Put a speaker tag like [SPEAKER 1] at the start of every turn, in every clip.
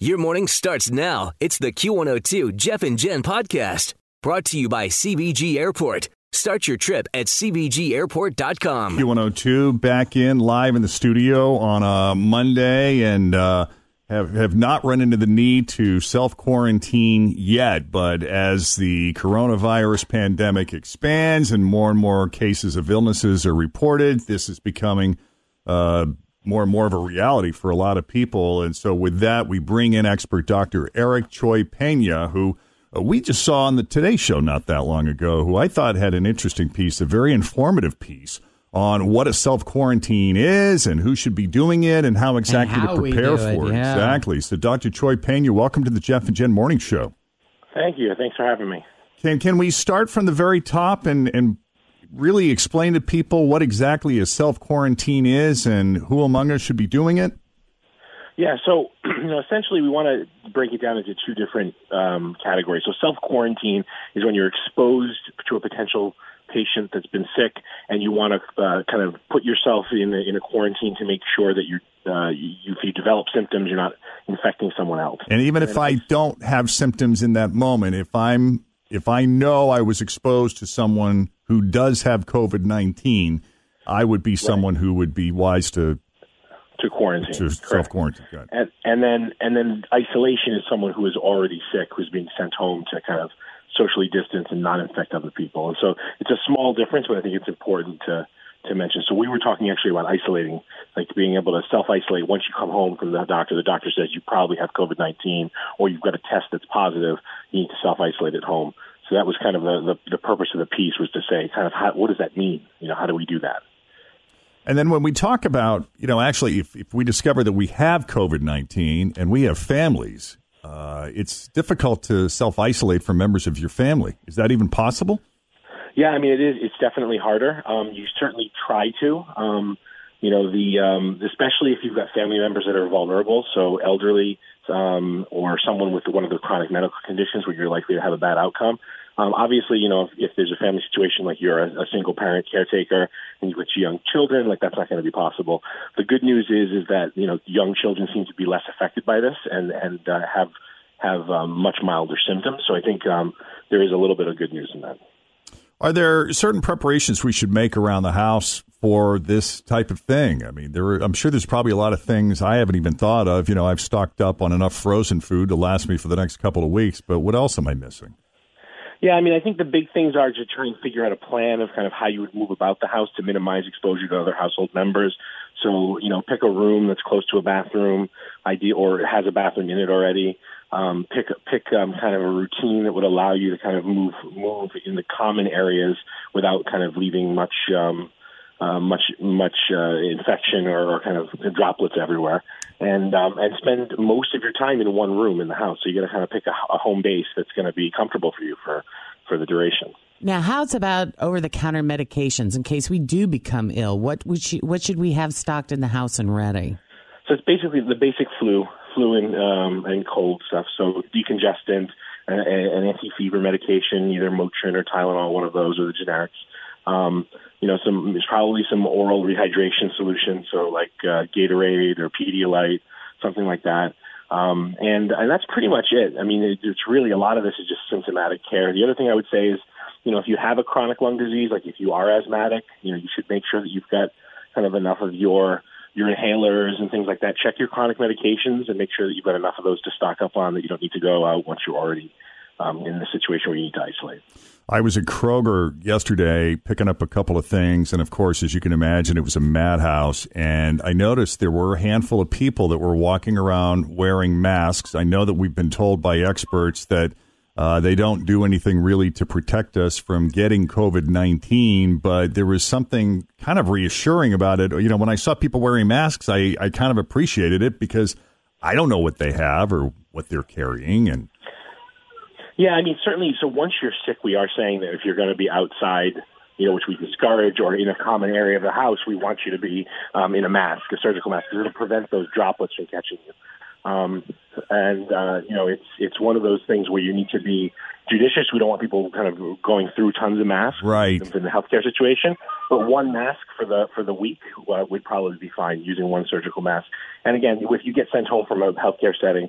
[SPEAKER 1] Your morning starts now. It's the Q102 Jeff and Jen podcast brought to you by CBG Airport. Start your trip at CBGAirport.com.
[SPEAKER 2] Q102 back in live in the studio on a Monday and uh, have, have not run into the need to self quarantine yet. But as the coronavirus pandemic expands and more and more cases of illnesses are reported, this is becoming uh, more and more of a reality for a lot of people. And so, with that, we bring in expert Dr. Eric Choi Pena, who uh, we just saw on the Today Show not that long ago, who I thought had an interesting piece, a very informative piece on what a self quarantine is and who should be doing it and how exactly
[SPEAKER 3] how
[SPEAKER 2] to
[SPEAKER 3] we
[SPEAKER 2] prepare
[SPEAKER 3] do
[SPEAKER 2] for
[SPEAKER 3] it,
[SPEAKER 2] it.
[SPEAKER 3] yeah.
[SPEAKER 2] Exactly. So, Dr. Choi Pena, welcome to the Jeff and Jen Morning Show.
[SPEAKER 4] Thank you. Thanks for having me.
[SPEAKER 2] Can, can we start from the very top and, and really explain to people what exactly a self quarantine is and who among us should be doing it?
[SPEAKER 4] Yeah, so you know, essentially, we want to break it down into two different um, categories. So, self quarantine is when you're exposed to a potential patient that's been sick, and you want to uh, kind of put yourself in a, in a quarantine to make sure that you're, uh, you, if you develop symptoms, you're not infecting someone else.
[SPEAKER 2] And even if I don't have symptoms in that moment, if I'm if I know I was exposed to someone who does have COVID nineteen, I would be someone who would be wise to
[SPEAKER 4] To quarantine,
[SPEAKER 2] to
[SPEAKER 4] Correct.
[SPEAKER 2] self quarantine.
[SPEAKER 4] and, and then and then isolation is someone who is already sick who's being sent home to kind of socially distance and not infect other people and so it's a small difference but i think it's important to to mention so we were talking actually about isolating like being able to self isolate once you come home from the doctor the doctor says you probably have covid-19 or you've got a test that's positive you need to self isolate at home so that was kind of the, the the purpose of the piece was to say kind of how, what does that mean you know how do we do that
[SPEAKER 2] And then when we talk about, you know, actually, if, if we discover that we have COVID 19 and we have families, uh, it's difficult to self isolate from members of your family. Is that even possible?
[SPEAKER 4] Yeah, I mean it is. It's definitely harder. Um, you certainly try to. Um, you know, the um, especially if you've got family members that are vulnerable, so elderly um, or someone with one of the chronic medical conditions where you're likely to have a bad outcome. Um, obviously, you know, if, if there's a family situation like you're a, a single parent caretaker and you've got young children, like that's not going to be possible. The good news is is that you know young children seem to be less affected by this and and uh, have have um, much milder symptoms. So I think um, there is a little bit of good news in that.
[SPEAKER 2] Are there certain preparations we should make around the house for this type of thing? I mean, there are, I'm sure there's probably a lot of things I haven't even thought of. You know, I've stocked up on enough frozen food to last me for the next couple of weeks, but what else am I missing?
[SPEAKER 4] Yeah, I mean, I think the big things are to try and figure out a plan of kind of how you would move about the house to minimize exposure to other household members. So, you know, pick a room that's close to a bathroom, idea or has a bathroom in it already. Um, pick pick um, kind of a routine that would allow you to kind of move move in the common areas without kind of leaving much um, uh, much much uh, infection or, or kind of droplets everywhere, and um, and spend most of your time in one room in the house. So you got to kind of pick a, a home base that's going to be comfortable for you for for the duration.
[SPEAKER 3] Now, how's about over the counter medications in case we do become ill? What would you, what should we have stocked in the house and ready?
[SPEAKER 4] So it's basically the basic flu, flu and um, and cold stuff. So decongestant, a- a- an anti-fever medication, either Motrin or Tylenol, one of those or the generics. Um, you know, some there's probably some oral rehydration solution, so like uh, Gatorade or Pedialyte, something like that. Um, and and that's pretty much it. I mean, it, it's really a lot of this is just symptomatic care. The other thing I would say is, you know, if you have a chronic lung disease, like if you are asthmatic, you know, you should make sure that you've got kind of enough of your your inhalers and things like that. Check your chronic medications and make sure that you've got enough of those to stock up on that you don't need to go out once you're already um, in the situation where you need to isolate.
[SPEAKER 2] I was at Kroger yesterday picking up a couple of things. And of course, as you can imagine, it was a madhouse. And I noticed there were a handful of people that were walking around wearing masks. I know that we've been told by experts that uh, they don't do anything really to protect us from getting COVID 19, but there was something kind of reassuring about it. You know, when I saw people wearing masks, I, I kind of appreciated it because I don't know what they have or what they're carrying. And
[SPEAKER 4] yeah, I mean, certainly. So once you're sick, we are saying that if you're going to be outside, you know, which we discourage, or in a common area of the house, we want you to be um, in a mask, a surgical mask, because it'll prevent those droplets from catching you. Um, and uh, you know, it's it's one of those things where you need to be judicious. We don't want people kind of going through tons of masks,
[SPEAKER 2] Right.
[SPEAKER 4] In the healthcare situation, but one mask for the for the week uh, would probably be fine. Using one surgical mask, and again, if you get sent home from a healthcare setting,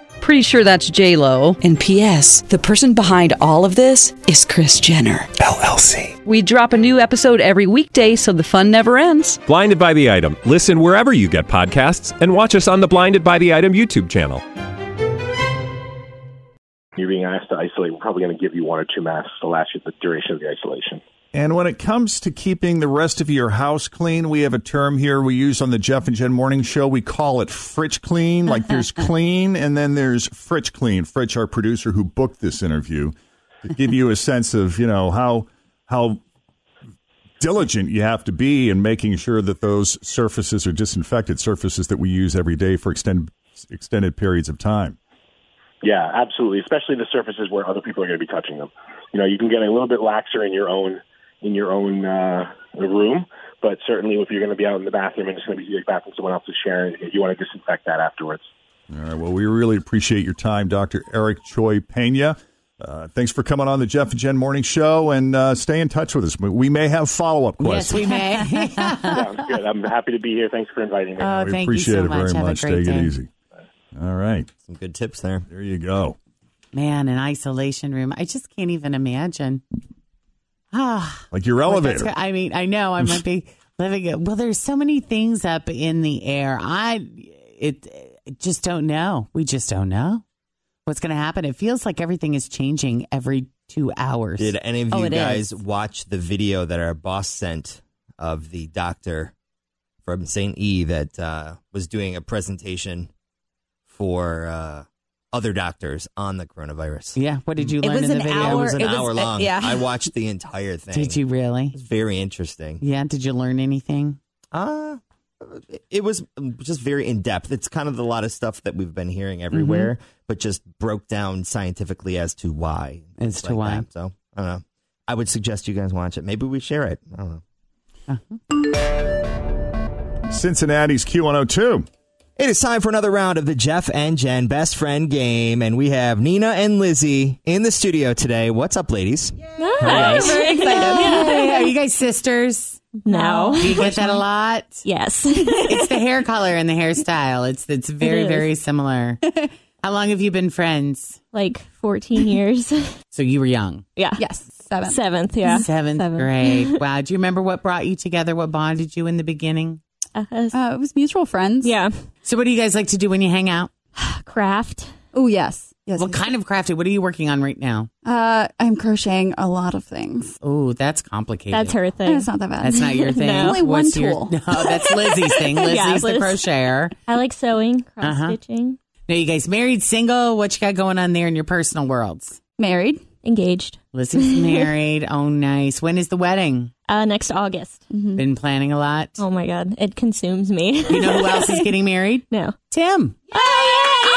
[SPEAKER 5] Pretty sure that's J Lo.
[SPEAKER 6] Oh, And PS, the person behind all of this is Chris Jenner.
[SPEAKER 7] LLC.
[SPEAKER 5] We drop a new episode every weekday, so the fun never ends.
[SPEAKER 7] Blinded by the item. Listen wherever you get podcasts, and watch us on the Blinded by the Item YouTube channel.
[SPEAKER 4] you're being asked to isolate, we're probably going to give you one or two masks to last you the duration of the isolation.
[SPEAKER 2] And when it comes to keeping the rest of your house clean, we have a term here we use on the Jeff and Jen Morning Show. We call it Fritch Clean. Like there's clean and then there's Fritch Clean. Fritch, our producer who booked this interview, to give you a sense of, you know, how how diligent you have to be in making sure that those surfaces are disinfected, surfaces that we use every day for extended extended periods of time.
[SPEAKER 4] Yeah, absolutely. Especially the surfaces where other people are going to be touching them. You know, you can get a little bit laxer in your own in your own uh, room, but certainly if you're going to be out in the bathroom and it's going to be your bathroom someone else is sharing, you want to disinfect that afterwards.
[SPEAKER 2] All right. Well, we really appreciate your time, Dr. Eric Choi Pena. Uh, thanks for coming on the Jeff and Jen Morning Show and uh, stay in touch with us. We- We may have follow up
[SPEAKER 3] Yes,
[SPEAKER 2] questions.
[SPEAKER 3] we may.
[SPEAKER 4] Sounds good. I'm happy to be here. Thanks for inviting me.
[SPEAKER 3] oh,
[SPEAKER 2] we
[SPEAKER 3] thank you
[SPEAKER 2] appreciate
[SPEAKER 3] so
[SPEAKER 2] it very
[SPEAKER 3] much. Have
[SPEAKER 2] much.
[SPEAKER 3] a great
[SPEAKER 2] Take
[SPEAKER 3] day.
[SPEAKER 2] it easy. All right.
[SPEAKER 8] Some good tips there.
[SPEAKER 2] There you go.
[SPEAKER 3] Man, an isolation room. I just can't even imagine. Ah,
[SPEAKER 2] Like your
[SPEAKER 3] well,
[SPEAKER 2] elevator.
[SPEAKER 3] that's- I mean, I know I might be living it. Well, there's so many things up in the air. I it, I just don't know. We just don't know what's going to happen. It feels like everything is changing every two hours.
[SPEAKER 8] Did any of
[SPEAKER 3] Oh,
[SPEAKER 8] you
[SPEAKER 3] it
[SPEAKER 8] guys
[SPEAKER 3] is.
[SPEAKER 8] watch the video that our boss sent of the doctor from St. E that uh, was doing a presentation for uh, other doctors on the coronavirus?
[SPEAKER 3] Yeah. What did you
[SPEAKER 5] It
[SPEAKER 3] learn
[SPEAKER 5] was
[SPEAKER 3] in the
[SPEAKER 5] an
[SPEAKER 3] video?
[SPEAKER 8] Yeah, it was
[SPEAKER 5] Hour-
[SPEAKER 8] an
[SPEAKER 5] it was-
[SPEAKER 8] hour
[SPEAKER 5] uh,
[SPEAKER 8] long.
[SPEAKER 5] yeah.
[SPEAKER 8] I watched the entire thing.
[SPEAKER 3] Did you
[SPEAKER 8] It
[SPEAKER 3] really?
[SPEAKER 8] was very interesting.
[SPEAKER 3] Yeah. Did you learn anything?
[SPEAKER 8] Uh, it was just very in depth. It's kind of a lot of stuff that we've been hearing everywhere,
[SPEAKER 3] Mm-hmm.
[SPEAKER 8] but just broke down scientifically as to why.
[SPEAKER 3] As
[SPEAKER 8] It's
[SPEAKER 3] to why.
[SPEAKER 8] So I don't know. I would suggest you guys watch it. Maybe we share it. I don't know.
[SPEAKER 2] Cincinnati's Q102.
[SPEAKER 8] It is time for another round of the Jeff and Jen Best Friend Game, and we have Nina and Lizzie in the studio today. What's up, ladies?
[SPEAKER 9] very
[SPEAKER 3] Hey, are you guys sisters?
[SPEAKER 9] No.
[SPEAKER 3] Do you get that a lot?
[SPEAKER 9] Yes.
[SPEAKER 3] It's the hair color and the hairstyle. It's it's very
[SPEAKER 9] is.
[SPEAKER 3] very similar. How long have you been friends?
[SPEAKER 9] like 14 years.
[SPEAKER 3] So you were young,
[SPEAKER 9] Yeah. Yes. Seventh. Seventh, yeah.
[SPEAKER 3] seventh grade. Wow. Do you remember what brought you together? What bonded you in the beginning?
[SPEAKER 9] Uh, it was mutual friends. Yeah.
[SPEAKER 3] So what do you guys like to do when you hang out?
[SPEAKER 9] Craft.
[SPEAKER 5] Oh, yes. Yes.
[SPEAKER 3] What kind of crafty? What are you working on right now?
[SPEAKER 5] Uh, I'm crocheting a lot of things.
[SPEAKER 3] Oh, that's complicated.
[SPEAKER 9] That's her thing.
[SPEAKER 5] not that bad.
[SPEAKER 3] That's not your thing.
[SPEAKER 9] No. Only
[SPEAKER 3] What's your- no, that's Lizzie's thing. Lizzie's
[SPEAKER 9] Yeah,
[SPEAKER 3] the
[SPEAKER 9] Liz.
[SPEAKER 3] crocheter.
[SPEAKER 9] I like sewing, cross
[SPEAKER 3] Uh-huh.
[SPEAKER 9] stitching,
[SPEAKER 3] Now you guys married, single? What you got going on there in your personal worlds?
[SPEAKER 5] Married.
[SPEAKER 9] engaged.
[SPEAKER 3] Lizzie's married. Oh, nice. When is the wedding?
[SPEAKER 9] Uh, next August.
[SPEAKER 3] Been planning a lot.
[SPEAKER 9] Mm-hmm. Oh my God. It consumes me.
[SPEAKER 3] You know who else is getting married?
[SPEAKER 9] no.
[SPEAKER 3] Tim.
[SPEAKER 9] Oh,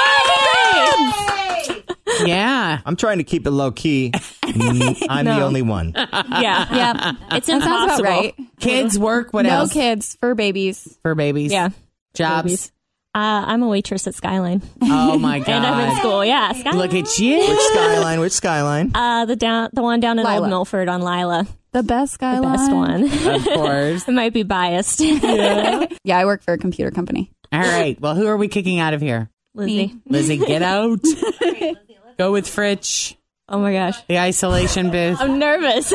[SPEAKER 3] Yeah.
[SPEAKER 8] I'm trying to keep it low key. I'm the
[SPEAKER 9] No.
[SPEAKER 8] only one.
[SPEAKER 9] Yeah. Yeah. It's
[SPEAKER 10] That sounds about
[SPEAKER 9] impossible.
[SPEAKER 10] right.
[SPEAKER 3] Kids work. What
[SPEAKER 10] no
[SPEAKER 3] else?
[SPEAKER 10] kids for babies.
[SPEAKER 3] For babies.
[SPEAKER 9] Yeah.
[SPEAKER 3] Jobs.
[SPEAKER 9] Babies. Uh, I'm a waitress at Skyline.
[SPEAKER 3] Oh my god.
[SPEAKER 9] and I'm in school. Yeah, Skyline.
[SPEAKER 3] Look at you.
[SPEAKER 8] Which skyline? Which skyline?
[SPEAKER 9] Uh, the down, the one down in
[SPEAKER 10] Lila.
[SPEAKER 9] Old Milford on Lila,
[SPEAKER 10] The best
[SPEAKER 9] the
[SPEAKER 10] guy.
[SPEAKER 9] best one.
[SPEAKER 3] of course.
[SPEAKER 9] it might be biased.
[SPEAKER 10] Yeah, I work for a computer company.
[SPEAKER 3] All right. Well, who are we kicking out of here?
[SPEAKER 9] Lizzie.
[SPEAKER 3] Lizzie, get out. Go with Fritch.
[SPEAKER 9] Oh my gosh,
[SPEAKER 3] The isolation booth.
[SPEAKER 9] I'm nervous.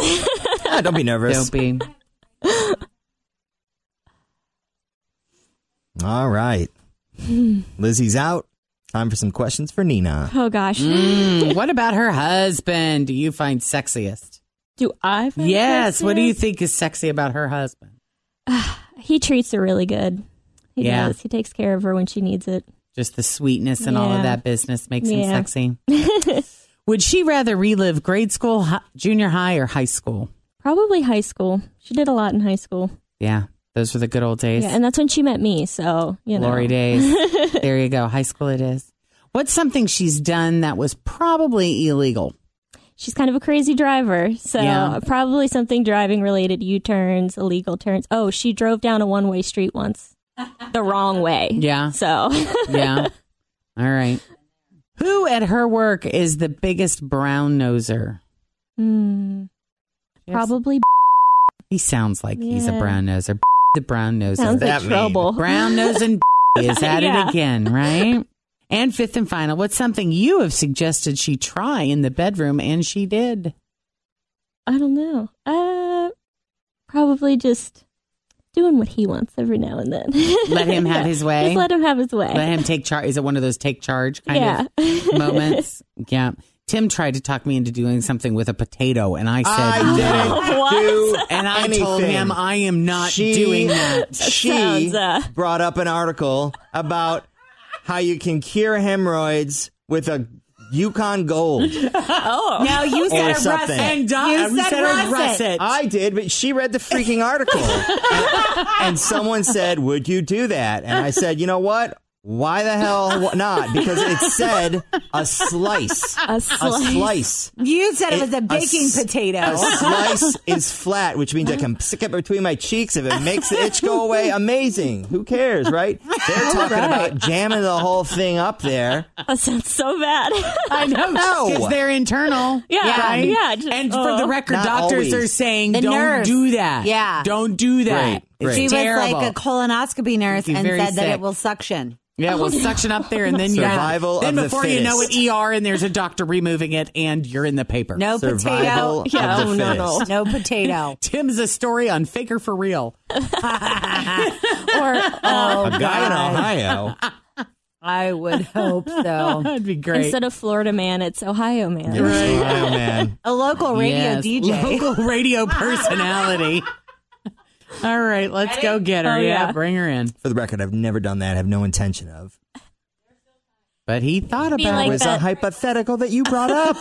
[SPEAKER 8] Ah, don't be nervous.
[SPEAKER 3] Don't be.
[SPEAKER 8] All right. Lizzie's out. Time for some questions for Nina.
[SPEAKER 9] oh gosh,
[SPEAKER 3] Mm, what about her husband? Do you find sexiest?
[SPEAKER 9] do I? find
[SPEAKER 3] Yes. What do you
[SPEAKER 9] Christmas?
[SPEAKER 3] think is sexy about her husband?
[SPEAKER 9] He treats her really good. He
[SPEAKER 3] Yeah.
[SPEAKER 9] does. He takes care of her when she needs it.
[SPEAKER 3] Just the sweetness and all of
[SPEAKER 9] Yeah.
[SPEAKER 3] that business makes him
[SPEAKER 9] Yeah.
[SPEAKER 3] sexy. Would she rather relive grade school, hi- junior high, or high school?
[SPEAKER 9] Probably high school. She did a lot in high school.
[SPEAKER 3] Yeah, those were the good old days.
[SPEAKER 9] Yeah, and that's when she met me. So you know,
[SPEAKER 3] Glory days. there you go. High school it is. What's something she's done that was probably illegal?
[SPEAKER 9] she's kind of a crazy driver. So
[SPEAKER 3] Yeah.
[SPEAKER 9] probably something driving related U turns, illegal turns. Oh, she drove down a one way street once the wrong way.
[SPEAKER 3] Yeah.
[SPEAKER 9] So
[SPEAKER 3] Yeah. All right. Who at her work is the biggest brown noser?
[SPEAKER 9] Hmm.
[SPEAKER 3] Yes.
[SPEAKER 9] probably
[SPEAKER 3] He sounds like he's a
[SPEAKER 9] Yeah.
[SPEAKER 3] brown noser. The brown noser.
[SPEAKER 9] sounds
[SPEAKER 8] that
[SPEAKER 9] like
[SPEAKER 8] mean?
[SPEAKER 9] trouble.
[SPEAKER 3] Brown nose and is at it
[SPEAKER 9] Yeah.
[SPEAKER 3] again, right? And fifth and final, what's something you have suggested she try in the bedroom and she did?
[SPEAKER 9] I don't know. Uh, probably just doing what he wants every now and then.
[SPEAKER 3] Let him have his way.
[SPEAKER 9] Just let him have his way.
[SPEAKER 3] Let him take charge. Is it one of those take charge kind
[SPEAKER 9] yeah.
[SPEAKER 3] of moments? Yeah. Tim tried to talk me into doing something with a potato, and I said,
[SPEAKER 8] I didn't do
[SPEAKER 3] and I told
[SPEAKER 8] anything.
[SPEAKER 3] him I am not
[SPEAKER 8] She-
[SPEAKER 3] doing that.
[SPEAKER 8] She
[SPEAKER 9] sounds, uh,
[SPEAKER 8] brought up an article about how you can cure hemorrhoids with a Yukon Gold.
[SPEAKER 9] oh.
[SPEAKER 3] Now you
[SPEAKER 8] said Or a russet. something. And
[SPEAKER 3] Don,
[SPEAKER 10] You said russet.
[SPEAKER 8] I did, but she read the freaking article. and someone said, Would you do that? And I said, You know what? Why the hell not? Because it said a slice.
[SPEAKER 9] A
[SPEAKER 8] A
[SPEAKER 9] slice.
[SPEAKER 8] slice.
[SPEAKER 10] You said
[SPEAKER 8] It- a s- A slice is flat, which means I can stick it between my cheeks. If it makes the itch go away, amazing. Who cares, right? They're talking about jamming the whole thing up there.
[SPEAKER 9] That sounds so bad.
[SPEAKER 3] I know.
[SPEAKER 8] No.
[SPEAKER 3] Because they're internal.
[SPEAKER 9] Yeah,
[SPEAKER 3] Right?
[SPEAKER 9] yeah, just-
[SPEAKER 3] and for the
[SPEAKER 9] Ugh.
[SPEAKER 3] record,
[SPEAKER 8] Not
[SPEAKER 3] doctors
[SPEAKER 8] always.
[SPEAKER 3] are saying
[SPEAKER 11] Uh-huh. The
[SPEAKER 3] don't
[SPEAKER 11] nurse.
[SPEAKER 3] do that.
[SPEAKER 11] Yeah.
[SPEAKER 3] Don't do that.
[SPEAKER 8] Great, great.
[SPEAKER 3] It's
[SPEAKER 11] She
[SPEAKER 3] terrible.
[SPEAKER 11] was like a colonoscopy nurse
[SPEAKER 3] You'd be
[SPEAKER 11] and
[SPEAKER 3] very
[SPEAKER 11] said that
[SPEAKER 3] sick.
[SPEAKER 11] it will suction.
[SPEAKER 3] yeah, well, suction up there, and then you
[SPEAKER 8] Survival
[SPEAKER 3] Then
[SPEAKER 8] of the
[SPEAKER 3] before you know it,
[SPEAKER 8] fittest.
[SPEAKER 3] ER, and there's a doctor removing it, and you're in the paper.
[SPEAKER 11] No potato.
[SPEAKER 8] Survival of Yeah, the oh, no, no. fittest.
[SPEAKER 11] No potato.
[SPEAKER 3] Tim's a story on Faker for Real.
[SPEAKER 11] or oh,
[SPEAKER 9] uh,
[SPEAKER 8] a guy in
[SPEAKER 11] God.
[SPEAKER 8] Ohio.
[SPEAKER 11] I would hope so.
[SPEAKER 3] That'd be great.
[SPEAKER 9] Instead of Florida man, it's Ohio man.
[SPEAKER 8] Yes, Ohio man.
[SPEAKER 11] A local radio
[SPEAKER 3] Yes,
[SPEAKER 11] DJ.
[SPEAKER 3] Local radio personality. All right, let's go get her.
[SPEAKER 9] Oh,
[SPEAKER 3] yeah.
[SPEAKER 9] yeah.
[SPEAKER 3] bring her in.
[SPEAKER 8] For the record, I've never done that. I have no intention of.
[SPEAKER 3] But he thought
[SPEAKER 9] Be
[SPEAKER 3] about
[SPEAKER 8] It
[SPEAKER 9] like
[SPEAKER 3] it.
[SPEAKER 8] was a
[SPEAKER 9] that-
[SPEAKER 8] hypothetical that you brought up.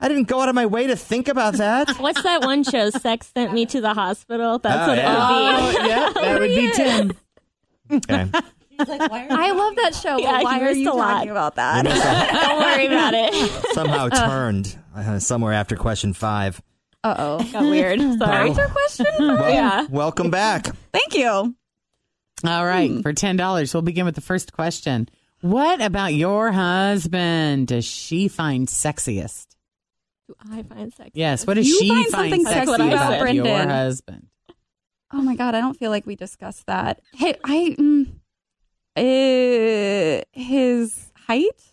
[SPEAKER 8] I didn't go out of my way to think about that.
[SPEAKER 9] What's that one show? Sex sent me to the hospital. That's
[SPEAKER 8] Oh,
[SPEAKER 9] what
[SPEAKER 8] yeah.
[SPEAKER 9] it would be.
[SPEAKER 3] yeah, that would be Tim.
[SPEAKER 8] Okay.
[SPEAKER 10] I love that show.
[SPEAKER 9] Yeah,
[SPEAKER 10] but why
[SPEAKER 9] you
[SPEAKER 10] are
[SPEAKER 9] missed
[SPEAKER 10] you
[SPEAKER 9] a lot.
[SPEAKER 10] talking about that?
[SPEAKER 9] Don't worry about it.
[SPEAKER 8] Somehow turned uh, somewhere after question five.
[SPEAKER 10] Uh oh.
[SPEAKER 9] Got weird. Sorry.
[SPEAKER 10] Your question?
[SPEAKER 8] Well,
[SPEAKER 9] Yeah.
[SPEAKER 8] Welcome back.
[SPEAKER 10] Thank you.
[SPEAKER 3] All right,
[SPEAKER 10] Hmm.
[SPEAKER 3] for ten dollars, we'll begin with the first question. What about your husband? Does she find sexiest?
[SPEAKER 9] I find sex.
[SPEAKER 3] Yes. What does
[SPEAKER 10] You
[SPEAKER 3] she
[SPEAKER 10] find something
[SPEAKER 3] sexy
[SPEAKER 9] sexy about
[SPEAKER 3] about your
[SPEAKER 10] Brendan.
[SPEAKER 3] husband?
[SPEAKER 10] Oh my god, I don't feel like we discussed that. Hey, I mm, uh, his height.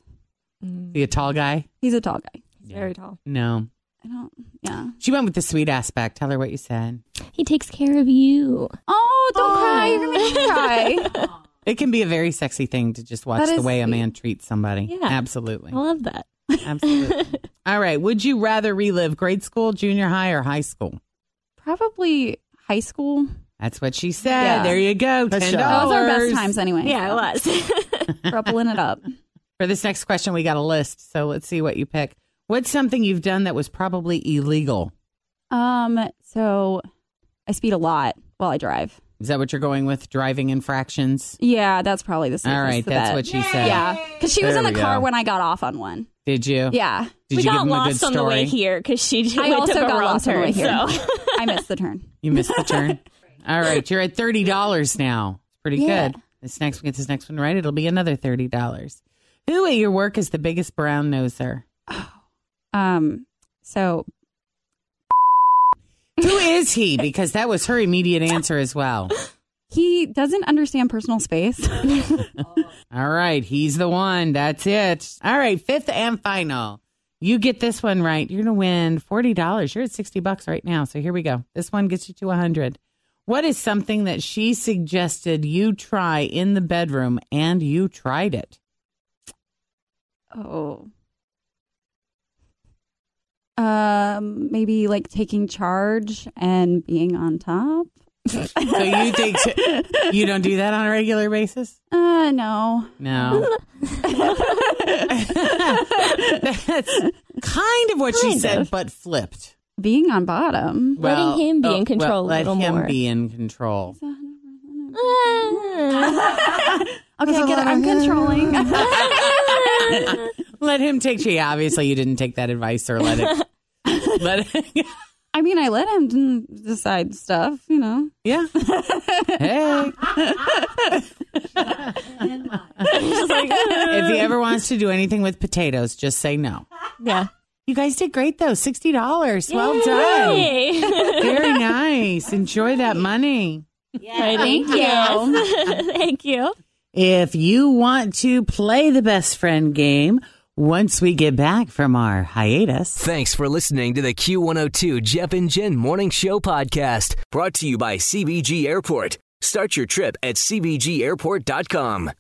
[SPEAKER 3] Be a tall guy?
[SPEAKER 10] He's a tall guy.
[SPEAKER 9] He's very tall.
[SPEAKER 3] No.
[SPEAKER 10] I don't. Yeah.
[SPEAKER 3] She went with the sweet aspect. Tell her what you said.
[SPEAKER 9] He takes care of you.
[SPEAKER 10] Oh, don't cry. You're gonna make me cry.
[SPEAKER 3] It can be a very sexy thing to just watch
[SPEAKER 10] That
[SPEAKER 3] the
[SPEAKER 10] is
[SPEAKER 3] way a
[SPEAKER 10] sweet.
[SPEAKER 3] man treats somebody.
[SPEAKER 9] Yeah.
[SPEAKER 3] Absolutely.
[SPEAKER 9] I love that.
[SPEAKER 3] Absolutely. All right. Would you rather relive grade school, junior high, or high school?
[SPEAKER 10] Probably high school.
[SPEAKER 3] That's what she said.
[SPEAKER 10] Yeah.
[SPEAKER 3] There you go.
[SPEAKER 8] Nice
[SPEAKER 3] Ten
[SPEAKER 8] job.
[SPEAKER 10] Those
[SPEAKER 3] dollars.
[SPEAKER 10] are best times anyway.
[SPEAKER 9] Yeah, it was.
[SPEAKER 10] Rubbling it up.
[SPEAKER 3] For this next question, we got a list. So let's see what you pick. What's something you've done that was probably illegal?
[SPEAKER 10] Um. So, I speed a lot while I drive.
[SPEAKER 3] Is that what you're going with? Driving infractions?
[SPEAKER 9] Yeah, that's probably the safest
[SPEAKER 3] All right,
[SPEAKER 9] the
[SPEAKER 3] that's
[SPEAKER 9] bet.
[SPEAKER 3] what she said.
[SPEAKER 9] Yeah, because she was
[SPEAKER 3] There
[SPEAKER 9] in the
[SPEAKER 3] we
[SPEAKER 9] car
[SPEAKER 3] go.
[SPEAKER 9] when I got off on one.
[SPEAKER 3] Did you?
[SPEAKER 9] Yeah,
[SPEAKER 3] Did you give them a good story?
[SPEAKER 9] here because she
[SPEAKER 12] went
[SPEAKER 9] I
[SPEAKER 12] to
[SPEAKER 9] also
[SPEAKER 12] the
[SPEAKER 9] got
[SPEAKER 12] wrong
[SPEAKER 9] lost on the way
[SPEAKER 12] turn,
[SPEAKER 9] here.
[SPEAKER 12] so.
[SPEAKER 9] I missed the turn.
[SPEAKER 3] You missed the turn. All right, you're at thirty dollars now. It's pretty
[SPEAKER 9] Yeah.
[SPEAKER 3] good. This next we get this next one right, it'll be another thirty dollars. Who at your work is the biggest brown noser?
[SPEAKER 9] Um, so
[SPEAKER 3] Who is he? Because that was her immediate answer as well.
[SPEAKER 9] he doesn't understand personal space.
[SPEAKER 3] All right, he's the one. That's it. All right, fifth and final. You get this one right, you're gonna win forty dollars. You're at sixty bucks right now. So here we go. This one gets you to a hundred. What is something that she suggested you try in the bedroom and you tried it?
[SPEAKER 9] oh, um, maybe like taking charge and being on top.
[SPEAKER 3] So you think you don't do that on a regular basis?
[SPEAKER 9] Uh, no.
[SPEAKER 3] No. That's kind of what she
[SPEAKER 9] Kind
[SPEAKER 3] said,
[SPEAKER 9] of.
[SPEAKER 3] but flipped.
[SPEAKER 9] Being on bottom.
[SPEAKER 3] Well, oh, well, Let him be in control.
[SPEAKER 9] Okay, I get it. I'm controlling.
[SPEAKER 3] let him take. She obviously you didn't take that advice or let it. Let it.
[SPEAKER 9] I mean, I let him d- decide stuff, you know.
[SPEAKER 3] Yeah. Hey. if he ever wants to do anything with potatoes, just say no.
[SPEAKER 9] Yeah.
[SPEAKER 3] You guys did great though. Sixty dollars. Well done.
[SPEAKER 12] Yay.
[SPEAKER 3] Very nice. Enjoy that money.
[SPEAKER 12] Thank you. Thank you.
[SPEAKER 3] If you want to play the best friend game, once we get back from our hiatus.
[SPEAKER 8] Thanks for listening to the Q102 Jeff and Jen Morning Show podcast, brought to you by CBG Airport. Start your trip at CBGAirport.com.